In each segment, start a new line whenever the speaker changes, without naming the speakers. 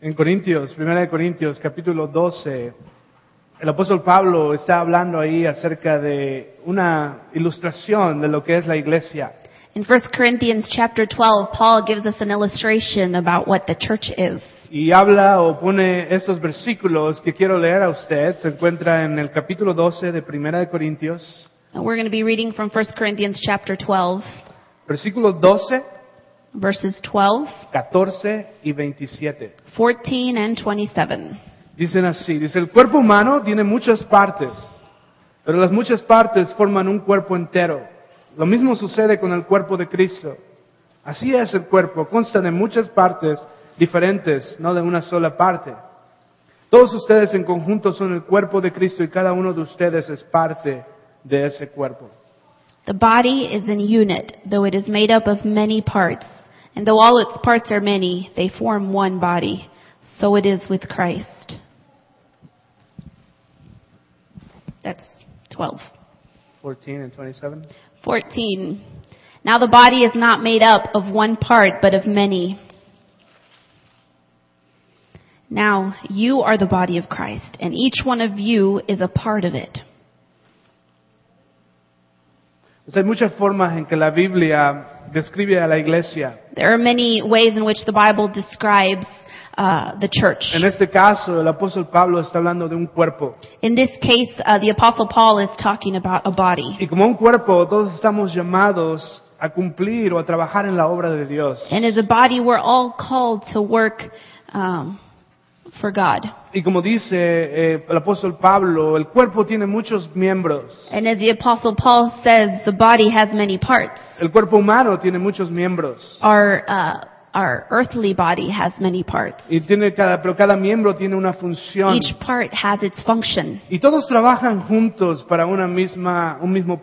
En Corintios, 1 Corintios, capítulo 12, el apóstol Pablo está hablando ahí acerca de una ilustración de lo que es la iglesia.
In 1 Corinthians chapter 12, Paul gives us an illustration about what the church is.
Y habla o pone estos versículos que quiero leer a usted. Se encuentra en el capítulo 12 de 1 Corintios,
And we're going to be reading from 1 Corinthians chapter 12,
versículos 12,
verses 12,
14 y 27.
14, and 27.
Dicen así, dice, el cuerpo humano tiene muchas partes, pero las muchas partes forman un cuerpo entero. Lo mismo sucede con el cuerpo de Cristo. Así es el cuerpo, consta de muchas partes diferentes, no de una sola parte. Todos ustedes en conjunto son el cuerpo de Cristo y cada uno de ustedes es parte de ese cuerpo.
The body is an unit, though it is made up of many parts. And though all its parts are many, they form one body. So it is with Christ. That's 12.
14 and 27.
14. Now the body is not made up of one part, but of many. Now you are the body of Christ, and each one of you is a part of it.
Pues hay muchas formas en que la Biblia describe a la iglesia.
There are many ways in which the Bible describes uh, the church.
En este caso, el apóstol Pablo está hablando de un cuerpo.
In this case, uh, the Apostle Paul is talking about a body.
Y como un cuerpo, todos estamos llamados a cumplir o a trabajar en la obra de Dios.
And as a body, we're all called to work um, for God.
Y como dice eh, el apóstol Pablo, el cuerpo tiene muchos miembros.
And as the Apostle Paul says, the body has many parts.
El cuerpo humano tiene muchos miembros.
Our uh, our earthly body has many parts.
Y tiene cada, pero cada miembro tiene una función.
Each part has its function,
Y todos trabajan juntos para una misma, un mismo
and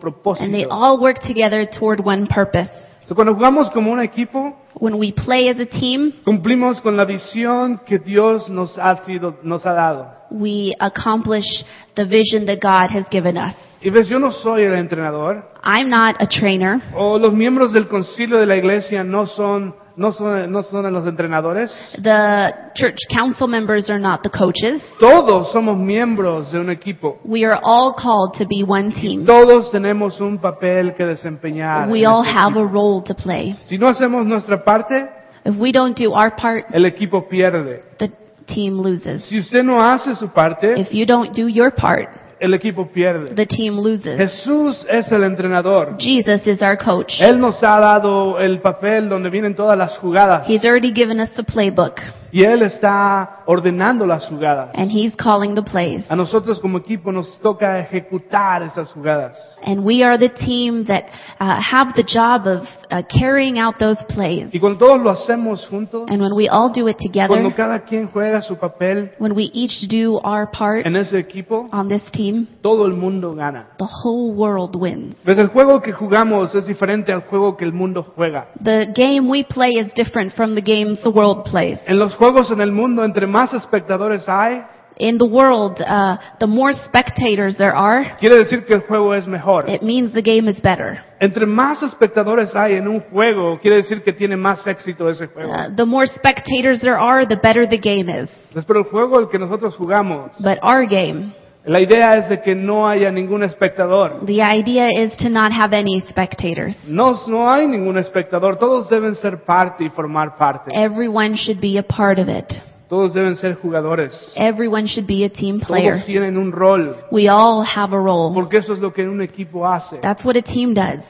they
propósito.
all work together toward one purpose.
So, cuando jugamos como un equipo,
When we play as a team,
cumplimos con la visión que Dios nos ha, sido, nos ha dado.
we accomplish the vision that God has given us.
Y ves, yo no soy el entrenador.
I'm not a trainer.
o los miembros del concilio de la iglesia no son no son no son los entrenadores
The church council members are not the coaches.
todos somos miembros de un equipo
We are all called to be one team.
todos tenemos un papel que desempeñar
We
en
all
ese
have a
equipo.
role to play.
si no hacemos nuestra parte
If we don't do our part,
el equipo pierde
the team loses.
si usted no hace su parte
If you don't do your part,
el equipo pierde
the team loses.
Jesús es el entrenador
Jesus is our coach.
él nos ha dado el papel donde vienen todas las jugadas
He's already given us the playbook
y él está ordenando las jugadas
and he's calling the plays.
a nosotros como equipo nos toca ejecutar esas jugadas
And we are the team that uh, have the job of uh, carrying out those plays.
Y cuando todos lo hacemos juntos,
And when we all do it
cuando
together,
cada quien juega su papel
when we each do our part
en ese equipo,
on this team,
todo el mundo gana.
the whole world wins.
Pues el juego que jugamos es diferente al juego que el mundo juega.
The game we play is different from the games the world plays.
En los juegos en el mundo, entre más espectadores hay,
In the world, uh, the more spectators there are,
quiere decir que el juego es mejor.
it means the game is better.
Entre más espectadores hay en un juego, quiere decir que tiene más éxito ese juego.
Uh, the more spectators there are, the better the game is.
Pues, Pero el juego al que nosotros jugamos,
But our game,
la idea es de que no haya ningún espectador.
the idea is to not have any spectators.
No, no hay ningún espectador. Todos deben ser parte y formar parte.
Everyone should be a part of it.
Todos deben ser jugadores.
Everyone should be a team player.
Todos tienen un rol,
We all have a role.
porque eso es lo que un equipo hace.
That's what a team does.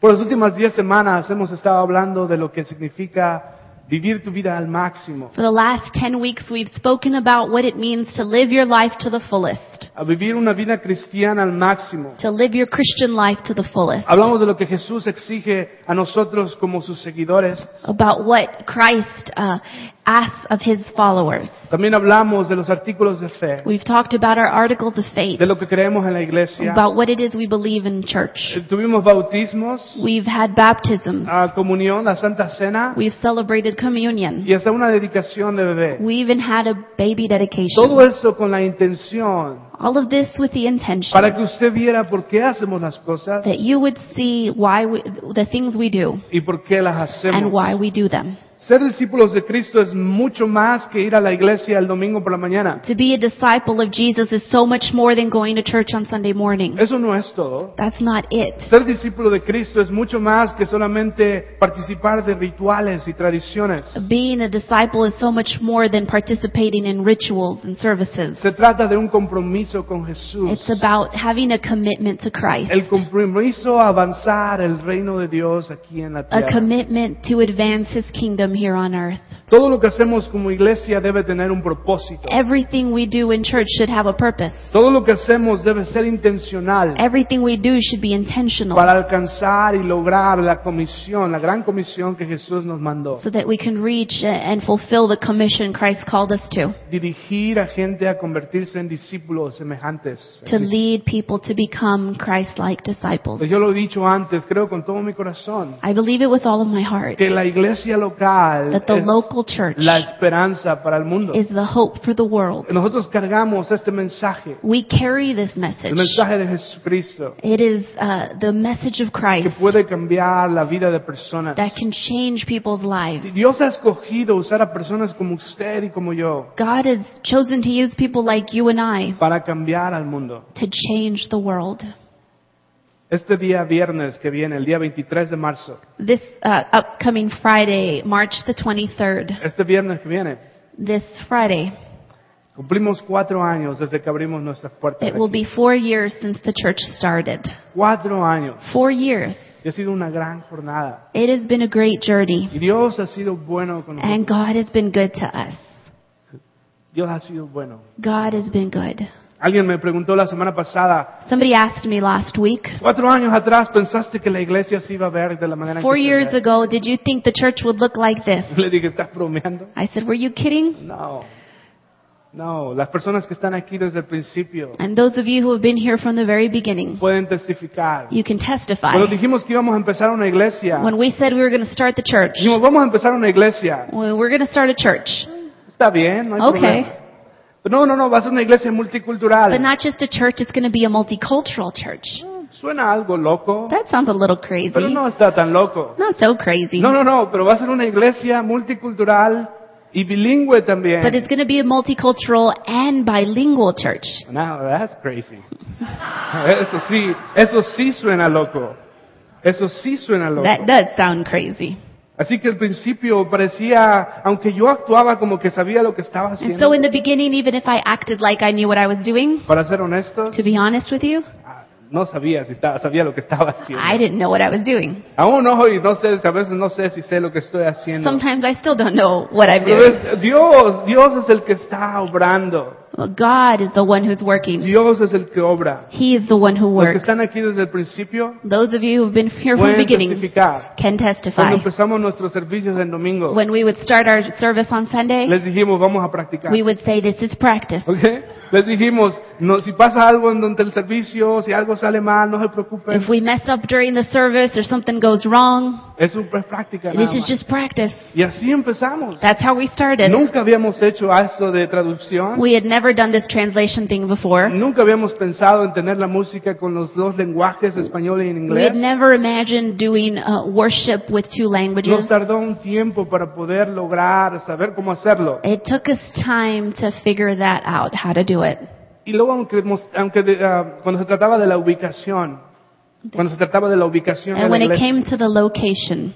Por las últimas 10 semanas hemos estado hablando de lo que significa vivir tu vida al máximo,
For the last 10 weeks, we've spoken about what it means to live your life to the fullest,
a vivir una vida cristiana al máximo.
to live your Christian life to the fullest,
Hablamos de lo que Jesús exige a nosotros como sus seguidores.
about what Christ uh, asks of his followers.
También hablamos de los artículos de fe,
We've talked about our articles of faith,
de lo que creemos en la iglesia.
about what it is we believe in church.
Eh, Tuvimos bautismos,
We've had baptisms.
ah, comunión, la Santa Cena
We've celebrated communion.
y hasta una dedicación de bebé.
We even had a baby dedication.
Todo eso con la intención
All of this with the intention
para que usted viera por qué hacemos las cosas
that you would see why we, the things we do
y por qué las
and
hacemos.
why we do them.
Ser discípulos de Cristo es mucho más que ir a la iglesia el domingo por la mañana.
To be a disciple of Jesus is so much more than going to church on Sunday morning.
Eso no es todo.
That's not it.
Ser discípulo de Cristo es mucho más que solamente participar de rituales y tradiciones.
Being a disciple is so much more than participating in rituals and services.
Se trata de un compromiso con Jesús.
It's about having a commitment to Christ,
El compromiso a avanzar el reino de Dios aquí en la
a
tierra.
commitment to advance His kingdom here on earth.
Todo lo que hacemos como iglesia debe tener un propósito.
Everything we do in church should have a purpose.
Todo lo que hacemos debe ser intencional
Everything we do should be intentional
para alcanzar y lograr la comisión, la gran comisión que Jesús nos mandó.
so that we can reach and fulfill the commission Christ called us to.
Dirigir a gente a convertirse en discípulos semejantes.
To lead people to become Christ-like disciples.
Pues Yo lo he dicho antes, creo con todo mi corazón,
I believe it with all of my heart
que la iglesia local
that the
es
local church
la esperanza para el mundo.
is the hope for the world.
Nosotros cargamos este mensaje,
We carry this
el
message.
mensaje de Jesucristo,
It is uh, the message of
que
Christ
puede cambiar la vida de personas.
that can change people's lives.
Dios ha escogido usar a personas como usted y como yo
God has chosen to use people like you and I
para cambiar al mundo.
to change the world.
Este día viernes que viene, el día 23 de marzo,
This uh, upcoming Friday, March the 23rd,
este viernes que viene,
this Friday,
cumplimos cuatro años desde que abrimos nuestras puertas.
it will
aquí.
be four years since the church started.
Cuatro años.
Four years.
Y ha sido una gran jornada.
It has been a great journey,
Y Dios ha sido bueno con
and
nosotros.
God has been good to us.
Dios ha sido bueno.
God has been good.
Alguien me preguntó la semana pasada,
Somebody asked me last week,
cuatro años atrás pensaste que la iglesia se iba a ver de la manera
four
en que se
years
ve?"
ago, did you think the church would look like this?
Le dije, ¿estás bromeando?
I said, were you kidding?
No. No, las personas que están aquí desde el principio
And those of you who have been here from the very beginning,
pueden testificar.
you can testify.
Cuando dijimos que íbamos a empezar una iglesia,
When we said we were going to start the church,
dijimos, vamos a empezar una iglesia.
well, we're going to start a church,
Está bien, no hay
Ok.
problema. Pero no, no, no, va a ser una iglesia multicultural.
but not just a church, it's going to be a multicultural church.
Suena algo loco,
That sounds a little crazy.
pero no está tan loco.
Not so crazy.
No, no, no, pero va a ser una iglesia multicultural y bilingüe también.
But it's going to be a multicultural and bilingual church.
No, that's crazy. Eso sí, eso sí suena loco. Eso sí suena loco.
That does sound crazy.
Así que al principio parecía, aunque yo actuaba como que sabía lo que estaba
And so
haciendo,
in the beginning, even if I acted like I knew what I was doing,
para ser honestos,
to be honest with you,
ah, no sabía si estaba, sabía lo que estaba haciendo.
I didn't know what I was doing.
Aún hoy no sé, a veces no sé si sé lo que estoy haciendo.
Sometimes I still don't know what I'm
Pero
doing.
es Dios, Dios es el que está obrando.
But God is the one who's working.
Dios es el que obra.
He is the one who
Los que
works.
están aquí desde el principio
Those of you who've been here from the
pueden
beginning
testificar.
can
Cuando
testify.
empezamos nuestros servicios en domingo,
When we would start our service on Sunday,
les dijimos vamos a practicar.
we would say, this is practice.
¿Ok? Les dijimos, no, si pasa algo en donde el servicio, si algo sale mal, no se preocupen.
If we mess up during the service or something goes wrong,
Es un- es práctica. nada
this is
más.
just practice.
Y así empezamos.
That's how we started.
Nunca habíamos hecho eso de traducción.
We had never done this translation thing before.
Nunca habíamos pensado en tener la música con los dos lenguajes, español y en
We
inglés.
had never imagined doing uh, worship with two languages.
Nos tardó un tiempo para poder lograr saber cómo hacerlo.
It took us time to figure that out, how to do it.
Y luego, aunque, mos- aunque de- ah, cuando se trataba de la ubicación, cuando se trataba de la ubicación, de
And
la
when it
iglesia,
came to the location,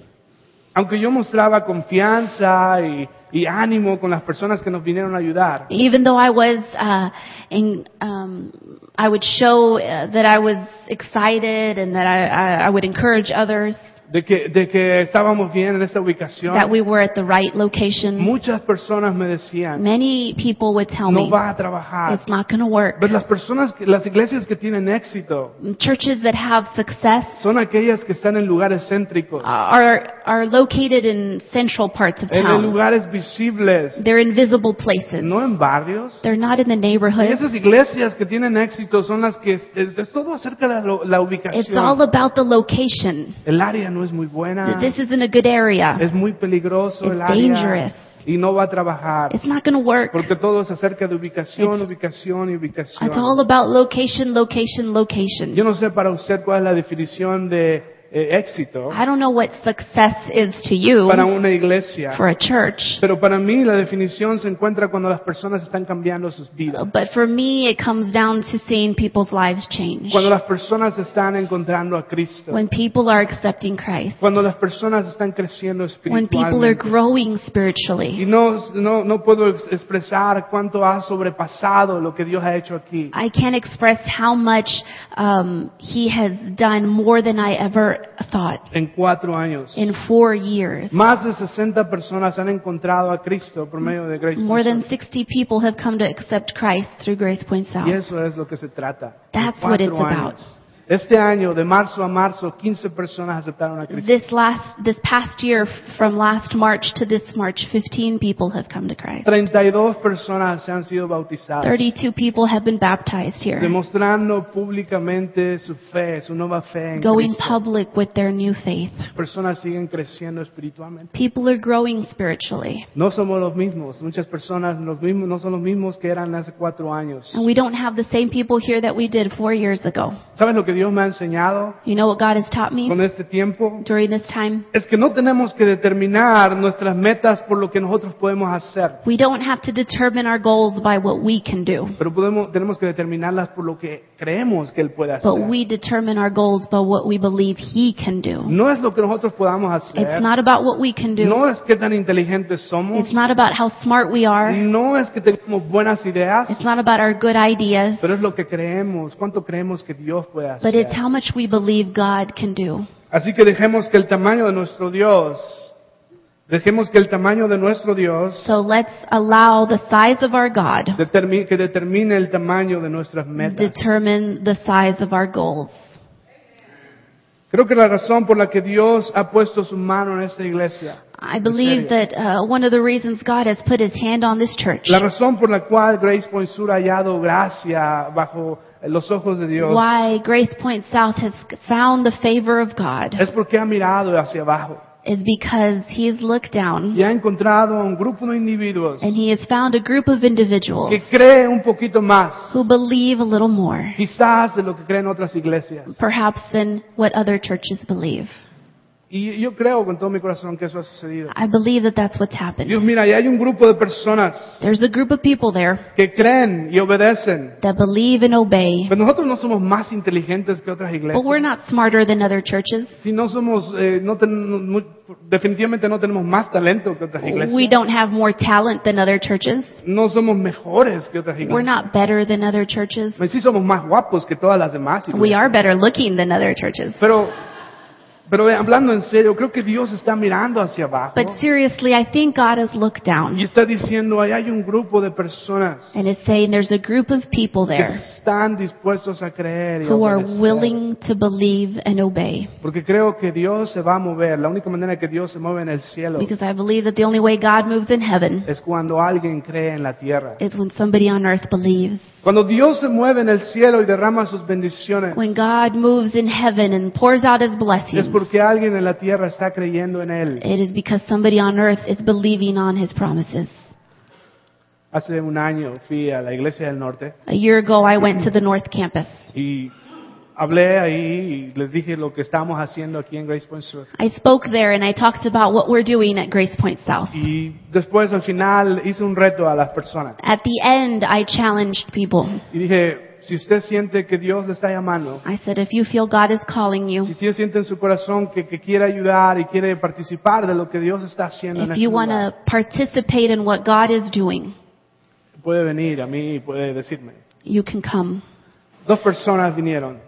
aunque yo mostraba confianza y, y ánimo con las personas que nos vinieron a ayudar,
even though I was uh, in, um, I would show uh, that I was excited and that I, I, I would encourage others
de que, de que estábamos bien en esa ubicación,
that we were at the right location.
muchas personas me decían,
Many people would tell
no
me
va a trabajar.
it's not going to work.
Pero las personas, que- las iglesias que tienen éxito
Churches that have success
son aquellas que están en lugares céntricos,
Uh, Ah, are are located in central parts of
en en
town.
lugares visibles,
They're in visible places.
no en barrios.
They're not in the
Y
neighborhoods.
esas iglesias que tienen éxito son las que es, es- es todo acerca de la, lo- la
It's all
ubicación.
about the location.
El área no es muy
Th-
buena,
This isn't a good area.
es muy peligroso el
It's
área
dangerous.
y no va a trabajar
It's not going to work.
porque todo es acerca de ubicación,
It's-
ubicación y ubicación.
It's all about location, location,
Yo
location.
no sé para usted cuál es la definición de eh, éxito
I don't know what success is to you
para una iglesia.
for a church,
Pero para mí la definición se encuentra cuando las personas están cambiando sus vidas.
but for me it comes down to seeing people's lives change.
Cuando las personas están encontrando a Cristo.
When people are accepting Christ.
Cuando las personas están creciendo
When people are
espiritualmente.
growing
Y
spiritually.
no, no, no puedo ex- expresar cuánto ha sobrepasado lo que Dios ha hecho aquí.
I can't express how much um, he has done more than I ever thought
En cuatro años.
in four years.
Más de 60 personas han encontrado a Cristo por medio de Grace.
More than
Point
60 people have come to accept Christ through Grace Point
South.
South.
Y eso es lo que se trata. De
That's
cuatro
what it's about.
años. Este año, de marzo a marzo, 15 personas aceptaron a Cristo.
This last, this past year, from last March to this March, 15 people have come to Christ.
32 personas se han sido bautizadas,
32 people have been baptized here,
demostrando públicamente su fe, su nueva fe en
going
Cristo.
public with their new faith.
Personas siguen creciendo espiritualmente.
People are growing spiritually.
No somos los mismos. Muchas personas los mismos, no son los mismos que eran hace cuatro años.
And we don't have the same people here that we did four years ago.
¿Sabes lo que Dios me ha enseñado
You know what God has taught me
con este tiempo?
during this time?
Es que no tenemos que determinar nuestras metas por lo que nosotros podemos hacer,
We don't have to determine our goals by what we can do,
pero podemos, tenemos que determinarlas por lo que creemos que Él puede hacer.
but we determine our goals by what we believe He can do.
No es lo que nosotros podamos hacer.
It's not about what we can do.
No es que tan inteligentes somos.
It's not about how smart we are.
No es que tengamos buenas ideas,
It's not about our good ideas,
pero es lo que creemos, cuánto creemos que Dios puede
but
hacer.
it's how much we believe God can do.
Así que dejemos que el tamaño de nuestro Dios, dejemos que el tamaño de nuestro Dios
So let's allow the size of our God
determi- que determine el tamaño de nuestras metas.
determine the size of our goals.
Creo que la razón por la que Dios ha puesto su mano en esta iglesia,
I believe that uh, one of the reasons God has put His hand on this church,
la razón por la cual Grace Point Sur ha hallado gracia bajo los ojos de Dios,
why Grace Point South has found the favor of God,
es porque ha mirado hacia abajo
is because He has looked down
y ha encontrado a un grupo de individuos
and He has found a group of individuals
que cree un poquito más
who believe a little more,
quizás de lo que creen otras iglesias.
perhaps, than what other churches believe.
Y yo creo con todo mi corazón que eso ha sucedido.
I believe that that's what's
Dios,
happened.
mira, y hay un grupo de personas
There's a group of people there
que creen y obedecen.
that believe and obey,
Pero nosotros no somos más inteligentes que otras
but we're
iglesias.
not smarter than other churches.
Si no somos, eh, no ten- mu- definitivamente no tenemos más talento que otras
We
iglesias.
don't have more talent than other churches.
No somos mejores que otras
We're
iglesias.
not better than other churches.
Pero Sí somos más guapos que todas las demás
We
iglesias.
are better looking than other churches.
Pero, pero eh, hablando en serio, creo que Dios está mirando hacia abajo
But seriously, I think God has looked
y
down
está diciendo, ahí hay un grupo de personas
and is saying there's a group of people
que
there
están dispuestos a creer y
who are
obedecer.
willing to believe and obey.
Porque creo que Dios se va a mover. La única manera que Dios se mueve en el cielo
Because I believe that the only way God moves in heaven
es cuando alguien cree en la tierra.
is when somebody on earth believes.
Cuando Dios se mueve en el cielo y derrama sus bendiciones,
When God moves in heaven and pours out his
es
blessings,
porque alguien en la tierra está creyendo en Él.
it is because somebody on earth is believing on his promises.
Hace un año fui a la iglesia del norte
A year ago, I went to the North Campus.
y hablé ahí y les dije lo que estamos haciendo aquí en Grace Point Sur.
I spoke there and I talked about what we're doing at Grace Point South.
Y después al final hice un reto a las personas
At the end, I challenged people.
y dije, si usted siente que Dios le está llamando,
I said, if you feel God is calling
Si
you,
usted siente en su corazón que, que quiere ayudar y quiere participar de lo que Dios está haciendo en
if
este
you want
lugar,
to participate in what God is doing,
puede venir a mí y puede decirme.
you can come.
Dos personas vinieron.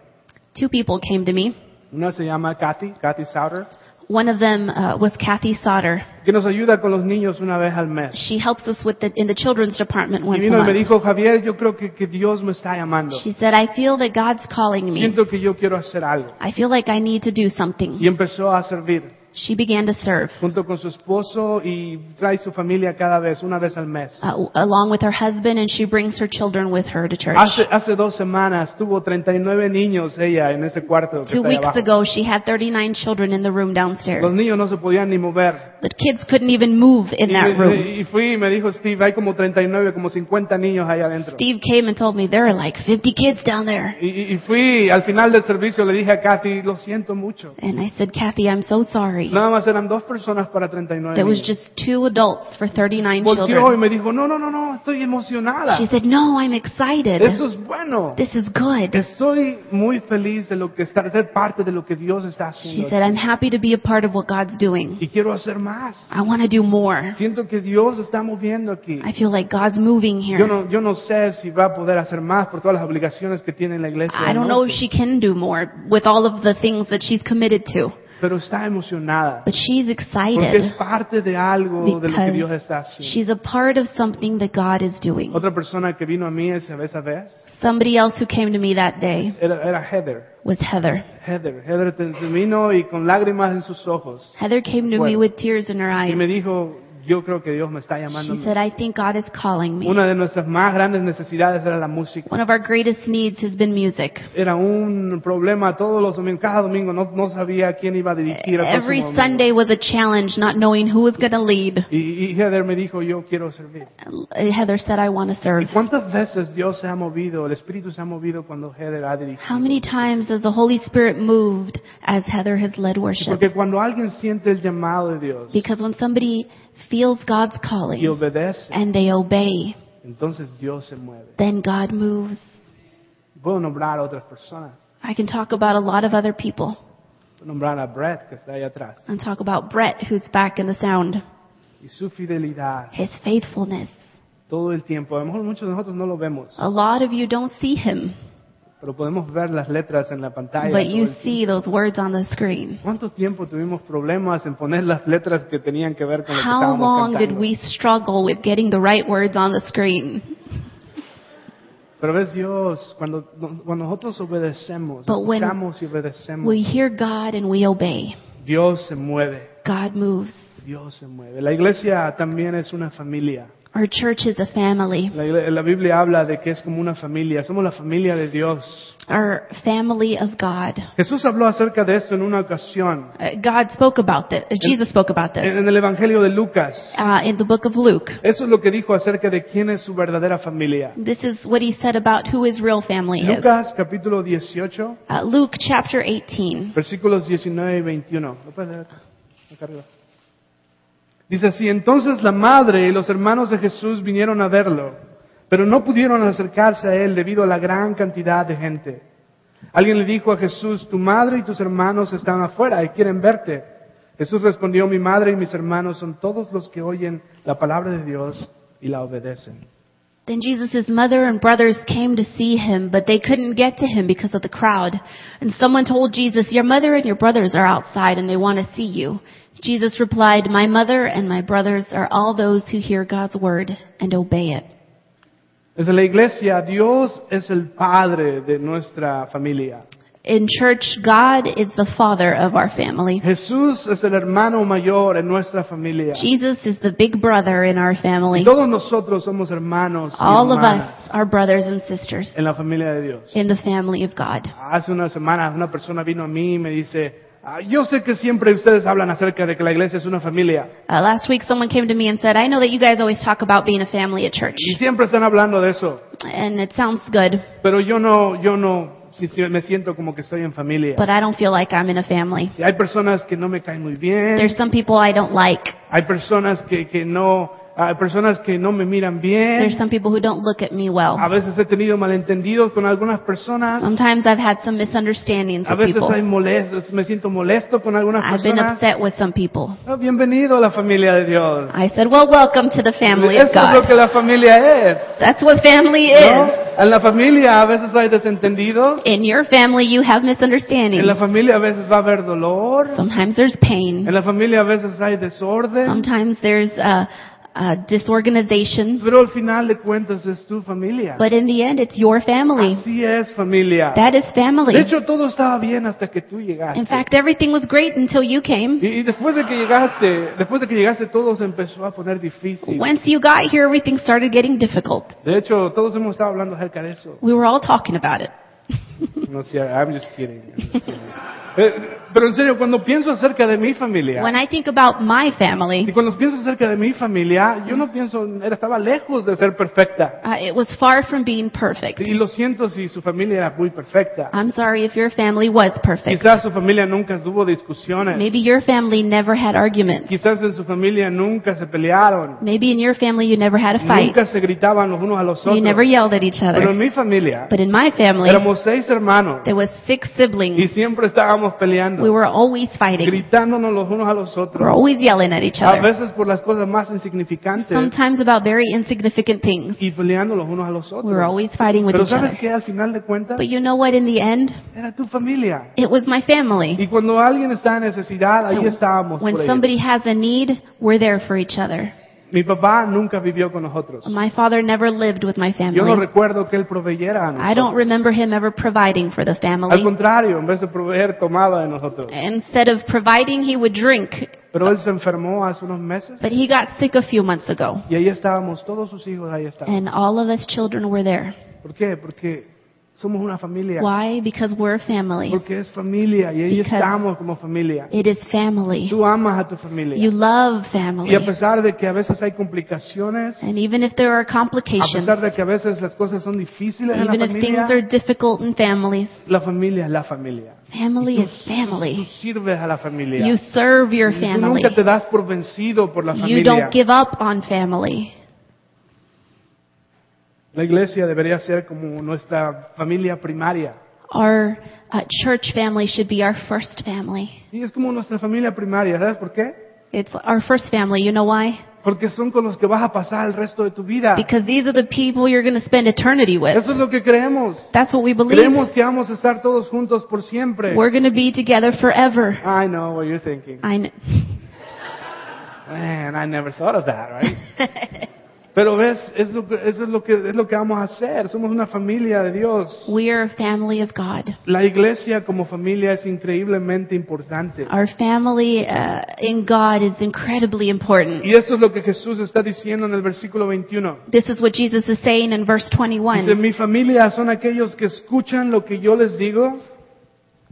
Two people came to me.
Una se llama Kathy, Kathy Sauter,
One of them uh, was Kathy Sauter.
que nos ayuda con los niños una vez al mes.
She helps us with the, in the children's department
Y
once a
vino y me
month.
dijo, Javier, yo creo que, que Dios me está llamando.
She said, I feel that God's calling me.
Siento que yo quiero hacer algo.
I feel like I need to do
Y
something.
empezó a servir
She began to serve
junto con su esposo y trae su familia cada vez, una vez al mes.
uh, along with her husband and she brings her children with her to church.
Hace, hace dos semanas tuvo 39 niños ella en ese cuarto. que
Two
está ahí
weeks
abajo.
ago, she had 39 children in the room
Los
downstairs.
niños no se podían ni mover.
The kids couldn't even move in
Y,
that room.
y- y fui y me dijo Steve, hay como 39, como 50 niños ahí adentro.
Steve came and told me there are like 50 kids down there.
Y, y- y fui, al final del servicio le dije a Kathy, lo siento mucho.
And I said, Kathy, I'm so sorry.
Nada más eran dos personas para 39
There was
niños.
just two adults for 39
Volteó y
children.
me dijo, no, no, no, no, estoy emocionada.
She said, no, I'm excited.
Eso es bueno.
This is good.
Estoy muy feliz de lo que está, de ser parte de lo que Dios está
She
haciendo.
said, I'm happy to be a part of what God's doing.
Y quiero hacer más.
I want to do more.
Siento que Dios está moviendo aquí.
I feel like God's moving
Yo
here.
no, yo no sé si va a poder hacer más por todas las obligaciones que tiene la iglesia.
I don't know if she can do more with all of the things that she's committed to,
Pero está emocionada.
but she's
Porque es
excited
parte de algo de lo que Dios
because
está haciendo.
she's a part of something that God is doing.
Otra persona que vino a mí esa vez, esa vez
Somebody else who came to me that day
era, era Heather.
was Heather.
Heather. Heather te- te vino y con lágrimas en sus ojos.
Heather came to me
Bueno.
with tears in her
Y
eyes.
me dijo, yo creo que Dios me está llamando.
She said, I think God is calling me.
Una de nuestras más grandes necesidades era la música.
One of our greatest needs has been music.
Era un problema todos los domingos, cada domingo no, no sabía quién iba a dirigir. al
Every
próximo domingo.
Sunday was a challenge, not knowing who was going to lead.
Y, y Heather me dijo, yo quiero servir.
Uh, Heather said, I want
¿Y
to serve.
cuántas veces Dios se ha movido, el Espíritu se ha movido cuando Heather ha dirigido?
How many times has the Holy Spirit moved as Heather has led worship?
Porque cuando alguien siente el llamado de Dios
Because when somebody feels God's
y
calling
obedece,
and they obey,
entonces Dios se mueve.
then God moves.
Puedo nombrar a otras personas.
I can talk about a lot of other people
Puedo nombrar a Brett, que está ahí atrás.
and talk about Brett, who's back in the sound,
Y su fidelidad,
his faithfulness.
todo el tiempo. A lo mejor muchos de nosotros no lo vemos,
A lot of you don't see him,
pero podemos ver las letras en la pantalla.
but
todo
you
el tiempo.
see those words on the screen.
¿Cuánto tiempo tuvimos problemas en poner las letras que tenían que ver con lo que
How
estábamos
long did
cantando?
we struggle with getting the right words on the screen?
Pero ves Dios, cuando, cuando nosotros obedecemos,
But when
escuchamos y obedecemos,
We hear God and we obey.
Dios se mueve,
God moves.
Dios se mueve. La iglesia también es una familia.
Our church is a family.
La, igle- la Biblia habla de que es como una familia, somos la familia de Dios.
Our family of God.
Jesús habló acerca de esto en una ocasión,
Uh, God spoke about this. Uh, Jesus spoke about this
en, en el Evangelio de Lucas.
uh, in the book of Luke.
Eso es lo que dijo acerca de quién es su verdadera familia.
This is what he said about who his real family is.
Lucas capítulo 18,
Uh, Luke chapter 18.
Versículos 19 y 21. ¿Lo puedes leer acá? Acá arriba. Dice así, entonces la madre y los hermanos de Jesús vinieron a verlo, pero no pudieron acercarse a él debido a la gran cantidad de gente. Alguien le dijo a Jesús, tu madre y tus hermanos están afuera y quieren verte. Jesús respondió, mi madre y mis hermanos son todos los que oyen la palabra de Dios y la obedecen.
Then Jesus' mother and brothers came to see him, but they couldn't get to him because of the crowd. And someone told Jesus, Your mother and your brothers are outside and they want to see you. Jesus replied, My mother and my brothers are all those who hear God's word and obey it.
Desde la iglesia, Dios es el Padre de nuestra familia.
In church, God is the father of our family.
Jesús es el hermano mayor en nuestra familia.
Jesus is the big brother in our
Y
family.
todos nosotros somos hermanos y
All of
hermanas
us are brothers and sisters
en la familia de Dios.
in the family of God.
Hace unas semanas una persona vino a mí y me dice, "Ah, yo sé que siempre ustedes hablan acerca de que la iglesia es una familia
Uh, last week, someone came to me and said, I know that you guys always talk about being a family at church.
y siempre están hablando de eso,
and it sounds good,
pero yo no, yo no, si- si me siento como que estoy en familia.
but I don't feel like I'm in a family.
Y hay personas que no me caen muy bien,
There's some people I don't like.
hay personas que, que no, hay personas que no me miran bien.
There's some people who don't look at me well.
A veces he tenido malentendidos con algunas personas.
Sometimes I've had some misunderstandings
A
with
veces hay
people.
molestos, me siento molesto con algunas
I've been
personas.
upset with some people.
Ah, bienvenido a la familia de Dios.
I said, well, welcome to the family
Eso
of
es lo
God.
que la familia es.
That's what family
¿no?
is.
En la familia a veces hay desentendidos.
In your family, you have
En
misunderstandings.
la familia a veces va a haber dolor.
Sometimes there's pain.
En la familia a veces hay desorden.
Sometimes there's uh, uh, disorganization.
Pero al final de cuentas es tu familia.
But in the end, it's your family.
Así es familia.
That is family.
De hecho, todo estaba bien hasta que tú llegaste.
In fact, everything was great until you came.
y, y después de que llegaste, después de que llegaste, todo se empezó a poner difícil.
Once you got here, everything started getting difficult.
De hecho, todos hemos estado hablando acerca de eso.
We were all talking about it.
No sé, I'm just kidding. I'm just kidding. Eh, Pero en serio, cuando pienso acerca de mi familia,
When I think about my
y
family,
cuando pienso acerca de mi familia, yo no pienso, era- estaba lejos de ser perfecta.
uh, it was far from being perfect.
Y lo siento si su familia era muy perfecta.
I'm sorry if your family was perfect.
Quizás su familia nunca tuvo discusiones.
Maybe your family never had arguments.
Quizás en su familia nunca se pelearon.
Maybe in your family you never had a fight.
Nunca se gritaban los unos a los
You never
otros.
yelled at each
Pero en
other.
mi familia
But in my family,
éramos seis hermanos
there was six
y
siblings.
siempre estábamos peleando,
We were always fighting.
gritándonos los unos a los
We were
otros,
always yelling at each
a
other.
veces por las cosas más insignificantes
Sometimes about very insignificant things.
y peleando los unos a los
We were
otros.
always fighting with
Pero
each
sabes
other.
que al final de cuentas
But you know what? In the end,
era tu familia.
it was my family.
Y cuando alguien está en necesidad, ahí estábamos.
When
por ellos.
somebody has a need, we're there for each other.
Mi papá nunca vivió con nosotros.
My father never lived with my
Yo no
family.
recuerdo que él proveyera a
I don't
nosotros.
remember him ever providing for the
Al
family.
contrario, en vez de proveer, tomaba de
Eh,
nosotros.
Instead of providing, he would drink.
Pero él se enfermó hace unos meses
But he got sick a few months ago.
y ahí estábamos, todos sus hijos ahí estaban.
And all of us children were there.
¿Por qué? Porque somos una familia.
Why? Because we're a family.
Porque es familia y ahí
Because-
estamos como familia.
It is family.
Tú amas a tu familia.
You love
y
family.
a pesar de que a veces hay complicaciones,
And even if there are
a
complications,
pesar de que a veces las cosas son difíciles en
even
la
if things
familia,
are difficult in families,
la familia es la familia.
family
Tú-
is
Tú
family.
sirves a la familia.
You serve your
Y tú
family.
nunca te das por vencido por la
You
familia.
don't give up on family.
La iglesia debería ser como nuestra familia primaria.
Our uh, church family should be our first family.
Y es como nuestra familia primaria, ¿sabes por qué?
It's our first family. You know why?
Porque son con los que vas a pasar el resto de tu vida.
Because these are the people you're going to spend eternity with.
Eso es lo que creemos.
That's what we believe.
Creemos que vamos a estar todos juntos por siempre.
We're going to be together forever.
I know what you're thinking.
I know.
Man, I never thought of that, right? Pero ves, es lo que, eso es lo que es lo que vamos a hacer. Somos una familia de Dios.
we are a family of God.
La iglesia como familia es increíblemente importante.
Our family uh, in God is incredibly important.
Y esto es lo que Jesús está diciendo en el versículo 21.
This is what Jesus is saying in verse
Dice,
21.
mi familia son aquellos que escuchan lo que yo les digo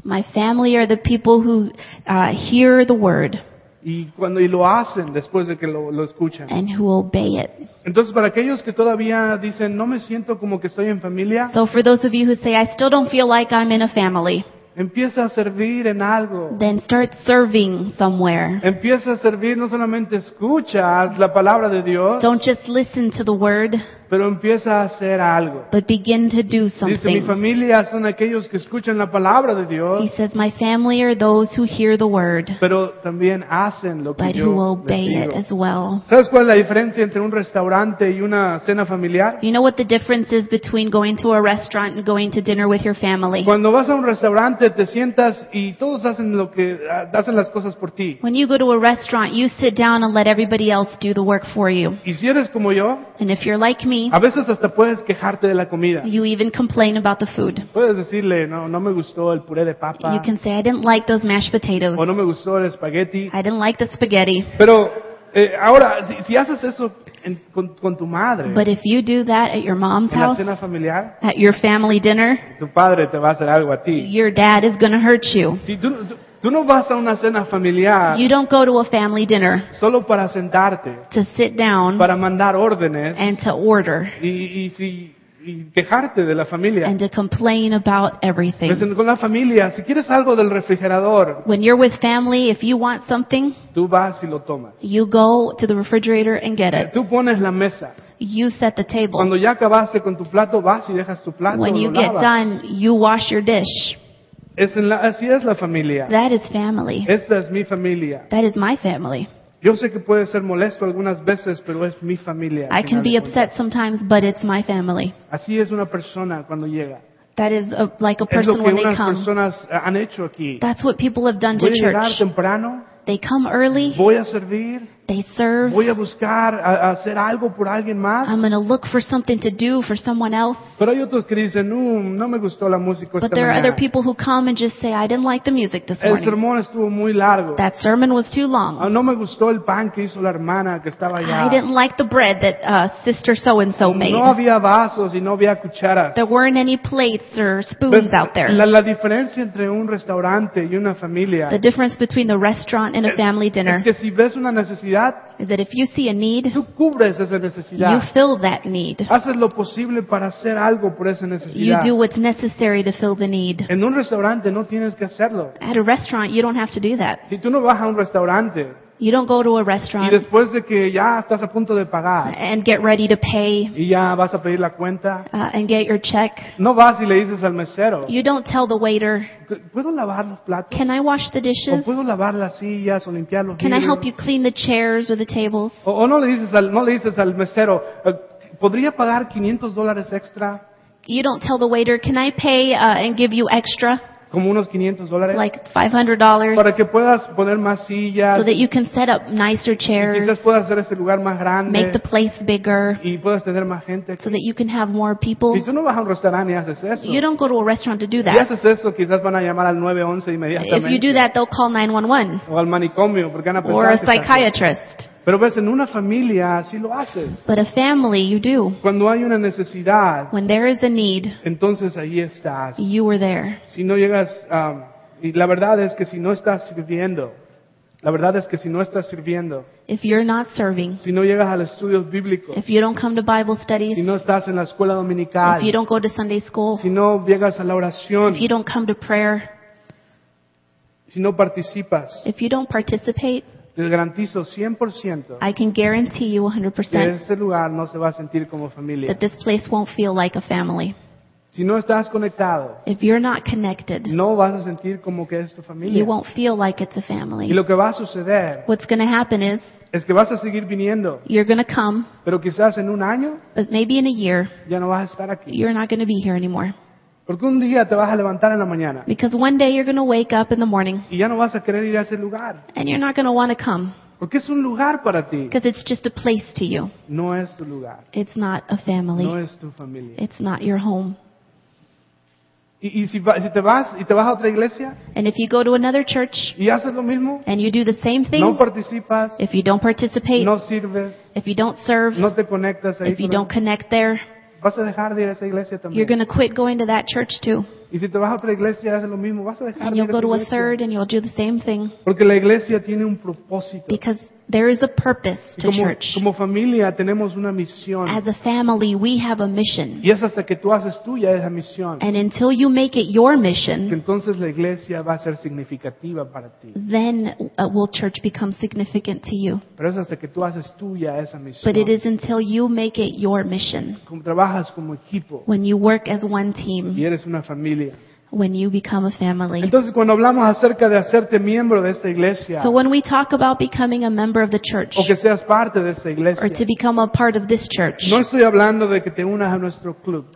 My family are the people who uh, hear the word
y cuando y lo hacen después de que lo, lo escuchan.
and who obey it.
Entonces, para aquellos que todavía dicen, no me siento como que estoy en familia,
So for those of you who say, I still don't feel like I'm in a family,
empieza a servir en algo.
then start serving somewhere.
Empieza a servir, no solamente escuchas la palabra de Dios,
Don't just listen to the word,
pero empieza a hacer algo.
but begin to do
Dice, mi
something.
familia son aquellos que escuchan la palabra de
He
Dios,
says, My family are those who hear the word,
pero también hacen lo que
but who
yo les
obey it
digo.
as well.
¿Sabes cuál es la diferencia entre un restaurante y una cena familiar?
You know what the difference is between going to a restaurant and going to dinner with your family?
Cuando vas a un restaurante te sientas y todos hacen lo que ah, hacen las cosas por ti.
When you go to a restaurant, you sit down and let everybody else do the work for you.
Y si eres como yo,
And if you're like me,
a veces hasta puedes quejarte de la comida.
you even complain about the food.
Puedes decirle, no, no me gustó el puré de
You
papa
can say, I didn't like those mashed potatoes.
o no me gustó el espagueti.
I didn't like the spaghetti.
Pero eh, ahora, si, si haces eso en- con, con tu madre
But if you do that at your mom's
en la
house,
cena familiar,
at your family dinner,
tu padre te va a hacer algo a ti.
your dad is going to hurt you.
Si tú, tú- tú no vas a una cena familiar
You don't go to a family dinner
solo para sentarte,
to sit down
para mandar órdenes
and to order
y, y si- y quejarte de la familia.
and to complain about
Pues
everything.
en- Con la familia, si quieres algo del refrigerador,
When you're with family, if you want something,
tú vas y lo tomas.
you go to the refrigerator and get it.
Tú pones la mesa.
You set the
Cuando
table.
ya acabaste con tu plato, vas y dejas tu plato.
When
lo
you get
lavas.
done, you wash your dish.
Es en la- así es la familia.
That is family.
Esta es mi familia.
That is my family.
Yo sé que puede ser molesto algunas veces, pero es mi familia. al
I can
final
be
de cuentas.
upset sometimes, but it's my family.
Así es una persona cuando llega.
That is a, like a
Es lo
person
que
when they
unas
come.
personas eh, han hecho aquí.
That's what people have done to
Voy a llegar
church.
temprano,
They come early,
voy a servir,
they serve.
Voy a buscar a- a hacer algo por alguien más.
I'm going to look for something to do for someone else.
Pero hay otros que dicen, no, no me gustó la música
But
esta
there are other
mañana.
people who come and just say, I didn't like the music this
El
morning.
sermón estuvo muy largo.
That sermon was too
Ah,
long.
No me gustó el pan que hizo la hermana que estaba
I
allá.
didn't like the bread that uh, sister so and so made.
No había vasos y no había cucharas.
There weren't any plates or
Ves,
spoons out there.
La, la diferencia entre un restaurante y una familia
The difference between the restaurant and a family dinner
es que si ves una necesidad,
is that if you see a need,
tú cubres esa
you
necesidad.
fill that need.
Haces lo posible para hacer algo por esa
You
necesidad.
do what's necessary to fill the need.
En un restaurante no tienes que hacerlo.
At a restaurant, you don't have to do that.
Si tú no vas a un restaurante
You don't go to a
y
restaurant
después de que ya estás a punto de pagar
and get ready to pay
y ya vas a pedir la cuenta,
uh, and get your check.
no vas y le dices al mesero,
You don't tell the waiter,
¿puedo lavar los platos?
can I wash the
¿O
dishes?
puedo lavar las sillas o limpiar los
Can I help you
vidrios?
clean the chairs or the tables?
O, o no, le dices al, no le dices al mesero, eh, ¿podría pagar 500 dólares extra?
You don't tell the waiter, can I pay uh, and give you extra,
Como unos 500 dólares.
like $500,
para que puedas poner más sillas.
so that you can set up nicer
y
chairs,
quizás puedas hacer ese lugar más
make
grande.
the place bigger,
Y puedas tener más gente.
so that you can have more people?
Si tú no vas a un restaurante y haces eso.
You don't go to a restaurant to do
Si
that.
haces eso, quizás van a llamar al 911
If
inmediatamente.
you do that, they'll call 911
o al manicomio, porque van a pensar
or a
que estás-
psychiatrist.
Pero ves, en una familia sí lo haces.
But a family, you do.
Cuando hay una necesidad,
When there is a need,
entonces ahí estás.
you are there.
Si no llegas, am, y la verdad es que si no estás sirviendo, la verdad es que si no estás sirviendo,
If you're not serving,
si no llegas a los estudios bíblicos,
if you don't come to Bible
si
studies,
no estás en la escuela dominical,
if you don't go to Sunday school,
si no llegas a la oración,
if you don't come to prayer,
si no participas,
if you don't participate,
les garantizo 100%
I can guarantee you
que
100%
este lugar no se va a sentir como familia.
that this place won't feel like a family.
Si no estás conectado,
If you're not connected,
no vas a sentir como que es tu familia.
you won't feel like it's a
Y
family.
lo que va a suceder
What's going to happen is
es que vas a seguir viniendo,
you're going to come,
pero quizás en un año
but maybe in a year,
ya no vas a estar aquí.
you're not going to be here anymore.
Porque un día te vas a levantar en la mañana
Because one day you're going to wake up in the morning
y ya no vas a querer ir a ese lugar,
and you're not going to want to come
porque es un lugar para ti,
because it's just a place to you.
no es tu lugar,
It's not a
no
family.
es tu familia.
It's not your home.
Y, y si, va- si te vas y te vas a otra iglesia
And if you go to another church
y haces lo mismo,
and you do the same
no
thing,
participas,
if you don't participate,
no sirves,
if you don't serve,
no te conectas ahí,
if you
con-
don't connect there,
vas a dejar de ir a esa iglesia también.
you're going to quit going to that church too.
Y si te vas a otra iglesia y haces lo mismo, vas a dejar
And
de
you'll
ir a
go to
esa
a third
iglesia.
and you'll do the same thing
Porque la iglesia tiene un propósito.
because there is a purpose
Y
to
como,
church.
como familia tenemos una misión.
As a family, we have a mission.
Y es hasta que tú haces tuya esa misión.
And until you make it your
que
mission,
entonces la iglesia va a ser significativa para ti.
then uh, will church become significant to you.
Pero es hasta que tú haces tuya esa misión.
But it is until you make it your mission.
Como trabajas como equipo
When you work as one
y
team,
eres una familia.
when you become a family.
Entonces cuando hablamos acerca de hacerte miembro de esta iglesia
So when we talk about becoming a member of the church
o que seas parte de esta
or to
iglesia,
become a part of this church,
no estoy hablando de que te unas a nuestro club.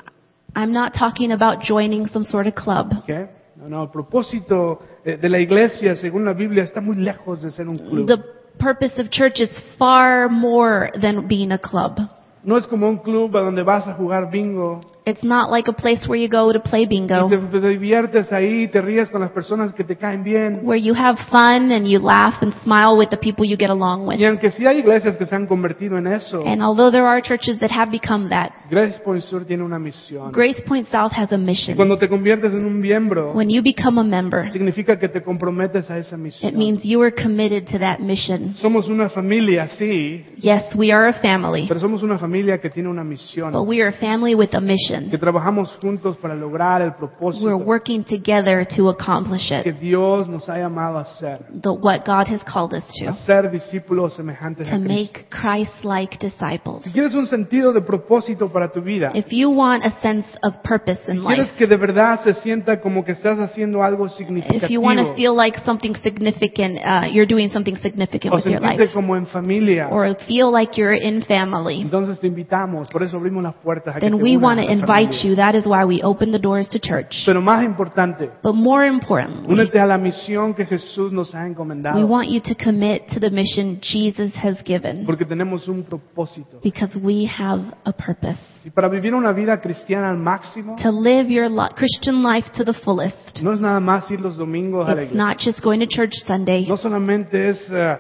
I'm not talking about joining some sort of club.
¿ok? No, no, el propósito eh, de la iglesia, según la Biblia, está muy lejos de ser un club.
The purpose of church is far more than being a club.
No es como un club a donde vas a jugar bingo
It's not like a place where you go to play bingo,
y te, te diviertes ahí, te ríes con las personas que te caen bien.
where you have fun and you laugh and smile with the people you get along with.
Y aunque sí hay iglesias que se han convertido en eso,
And although there are churches that have become that,
Grace Point Sur tiene una misión.
Grace Point South has a
Y
mission.
Cuando te conviertes en un miembro,
When you become a member,
significa que te comprometes a esa
it
misión.
means you are committed to that mission.
Somos una familia, sí,
Yes, we are a family,
pero somos una familia que tiene una misión,
but we are a family with a
que
mission.
trabajamos juntos para lograr el
We're
propósito
working together to accomplish
que
it,
Dios nos ha llamado a ser,
the, what God has called us
a
to,
ser discípulos semejantes a
to
Cristo.
make Christ-like disciples.
Si quieres un sentido de propósito para tu vida,
If you want a sense of purpose in
quieres
life,
que de verdad se sienta como que estás haciendo algo
if you want to
significativo,
feel like something significant, uh, you're doing something significant
o
with your life,
sentirte como en familia,
or feel like you're in family,
Entonces te invitamos, por eso abrimos las puertas. a que
then
te
we
unas
want
a
to
esta
invite
familia.
you. That is why we open the doors to church.
Pero más importante,
But more importantly,
únete a la misión que Jesús nos ha
we
encomendado.
want you to commit to the mission Jesus has given
Porque tenemos un propósito.
because we have a purpose.
Y para vivir una vida cristiana al máximo,
To live your li- Christian life to the fullest.
no es nada más ir los domingos a la
It's
iglesia.
not just going to church Sunday.
No solamente es eh,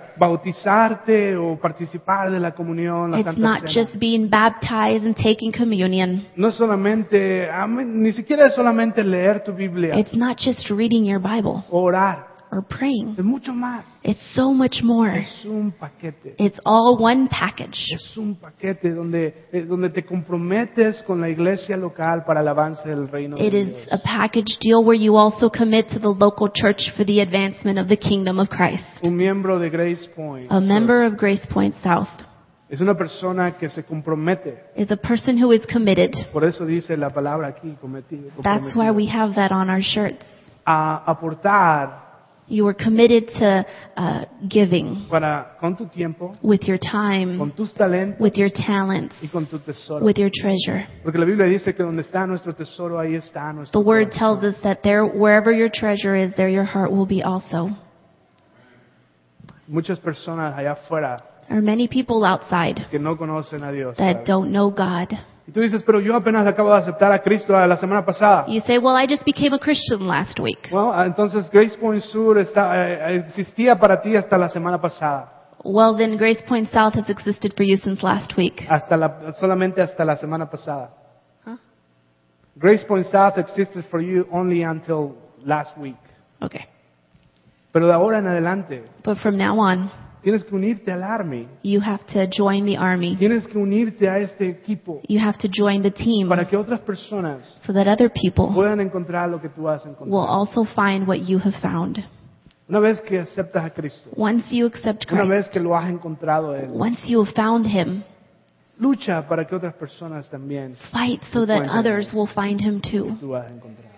bautizarte o participar de la comunión, la
It's
Santa
not
Cena.
just being baptized and taking communion.
No es solamente, ah, me- ni siquiera es solamente leer tu Biblia,
It's not just reading your Bible
orar,
or praying.
es mucho más.
It's so much more.
Es un paquete,
It's all one package.
es un paquete donde, eh, donde te comprometes con la iglesia local para el avance del reino de
It is
Dios.
a package deal where you also commit to the local church for the advancement of the kingdom of Christ.
Un miembro de Grace Point
A member of Grace Point South
es una persona que se compromete,
is a person who is committed.
por eso dice la palabra aquí, cometido,
That's why
comprometido,
we have that on our shirts.
a aportar
You are committed to uh, giving
para, con tu tiempo,
with your
con
time,
tus talentos
with your talents,
y con tu tesoro.
with your treasure.
Porque la Biblia dice que donde está nuestro tesoro, ahí está nuestro
The word
corazón.
tells us that there, wherever your treasure is, there your heart will be also.
Muchas personas allá afuera
There are many people outside
que no conocen a Dios.
that
¿sabes?
don't know God.
Y tú dices, pero yo apenas acabo de aceptar a Cristo la semana pasada.
You say, well, I just became a Christian last week.
Bueno, ah, entonces Grace Point Sur está, eh, existía para ti hasta la semana pasada,
Well, then Grace Point South has existed for you since last week.
hasta la, solamente hasta la semana pasada.
Huh?
Grace Point South existed for you only until last week.
Okay.
Pero de ahora en adelante,
But from now on,
tienes que unirte al Army,
you have to join the army.
tienes que unirte a este equipo
You have to join the team
para que otras personas
so that other people
puedan encontrar lo que tú has
will
encontrado.
also find what you have found.
Una vez que aceptas a Cristo,
Once you accept
una vez
Christ,
que lo has encontrado a Él,
once you have found Him,
lucha para que otras personas también
fight so that others will find Him too
tú has encontrado.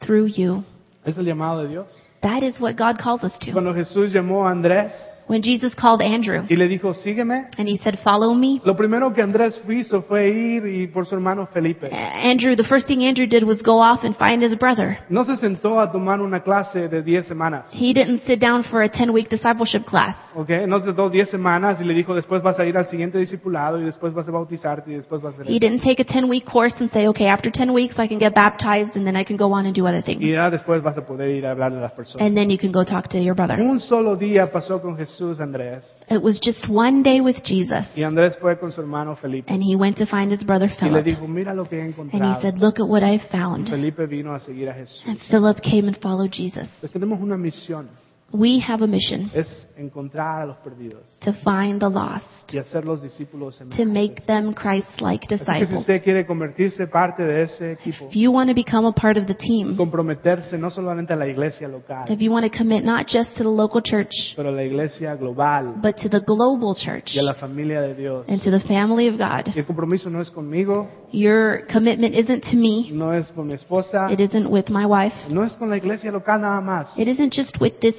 through you.
Es el llamado de Dios.
That is what God calls us to.
Cuando Jesús llamó a Andrés
When Jesus called Andrew
y le dijo, sígueme,
and he said, Follow me,
lo primero que Andrés hizo fue ir y por su hermano
A-
Felipe.
Andrew, the first thing Andrew did was go off and find his brother.
No se sentó a tomar una clase de 10 semanas,
He didn't sit down for a 10 week discipleship class.
¿ok? No se sentó 10 semanas y le dijo, después vas a ir al siguiente discipulado y después vas a bautizarte y después vas a... hacer
He
esto".
didn't take a 10 week course and say, okay, after 10 weeks I can get baptized and then I can go on and do other
Y
things.
ya después vas a poder ir a hablarle a las personas.
And then you can go talk to your brother.
Un solo día pasó con Jesús Andrés
It was just one day with Jesus
y Andrés fue con su hermano Felipe
and he went to find his brother
y le
Philip.
dijo, mira lo que he
And he
encontrado.
said, look at what I've found.
Felipe vino a seguir a Jesús.
And Philip came and followed Jesus.
Entonces tenemos una misión,
We have a mission
es encontrar a los perdidos.
to find the lost,
y hacer los discípulos en
to make them Christ-like
Así que si
disciples.
usted quiere convertirse parte de ese equipo,
If you want to become a part of the team,
comprometerse no solamente a la iglesia local,
if you want to commit not just to the local church,
pero a la iglesia global
but to the global church
y a la familia de Dios.
and to the family of God,
Y el compromiso no es conmigo,
your commitment isn't to me.
no es con mi esposa,
It isn't with my wife.
no es con la iglesia local nada más,
It isn't just with this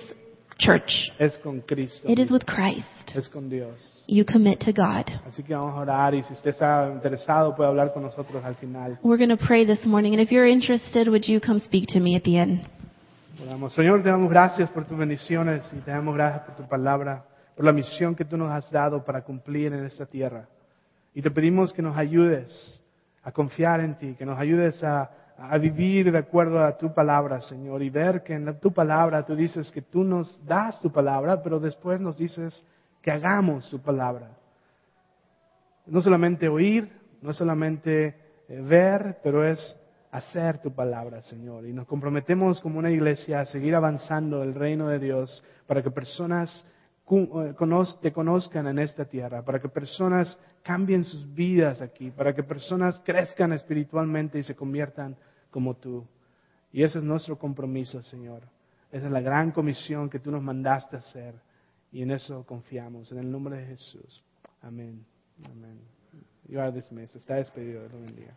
church.
es con Cristo,
It is with Christ.
es con Dios.
You commit to God.
Así que vamos a orar y si usted está interesado puede hablar con nosotros al final.
We're going to pray this morning, and if you're interested, would you come speak to me at the end?
Oramos. Señor, te damos gracias por tus bendiciones y te damos gracias por tu palabra, por la misión que tú nos has dado para cumplir en esta tierra. Y te pedimos que nos ayudes a confiar en ti, que nos ayudes a, a vivir de acuerdo a tu palabra, Señor, y ver que en la- tu palabra tú dices que tú nos das tu palabra, pero después nos dices que hagamos tu palabra. No solamente oír, no solamente eh, ver, pero es hacer tu palabra, Señor. Y nos comprometemos como una iglesia a seguir avanzando el reino de Dios para que personas cu- eh, conoz- te conozcan en esta tierra, para que personas cambien sus vidas aquí, para que personas crezcan espiritualmente y se conviertan como tú. Y ese es nuestro compromiso, Señor. Esa es la gran comisión que tú nos mandaste hacer. Y en eso confiamos, en el nombre de Jesús. Amén. Amén. You are dismissed. Está despedido. Dios lo bendiga.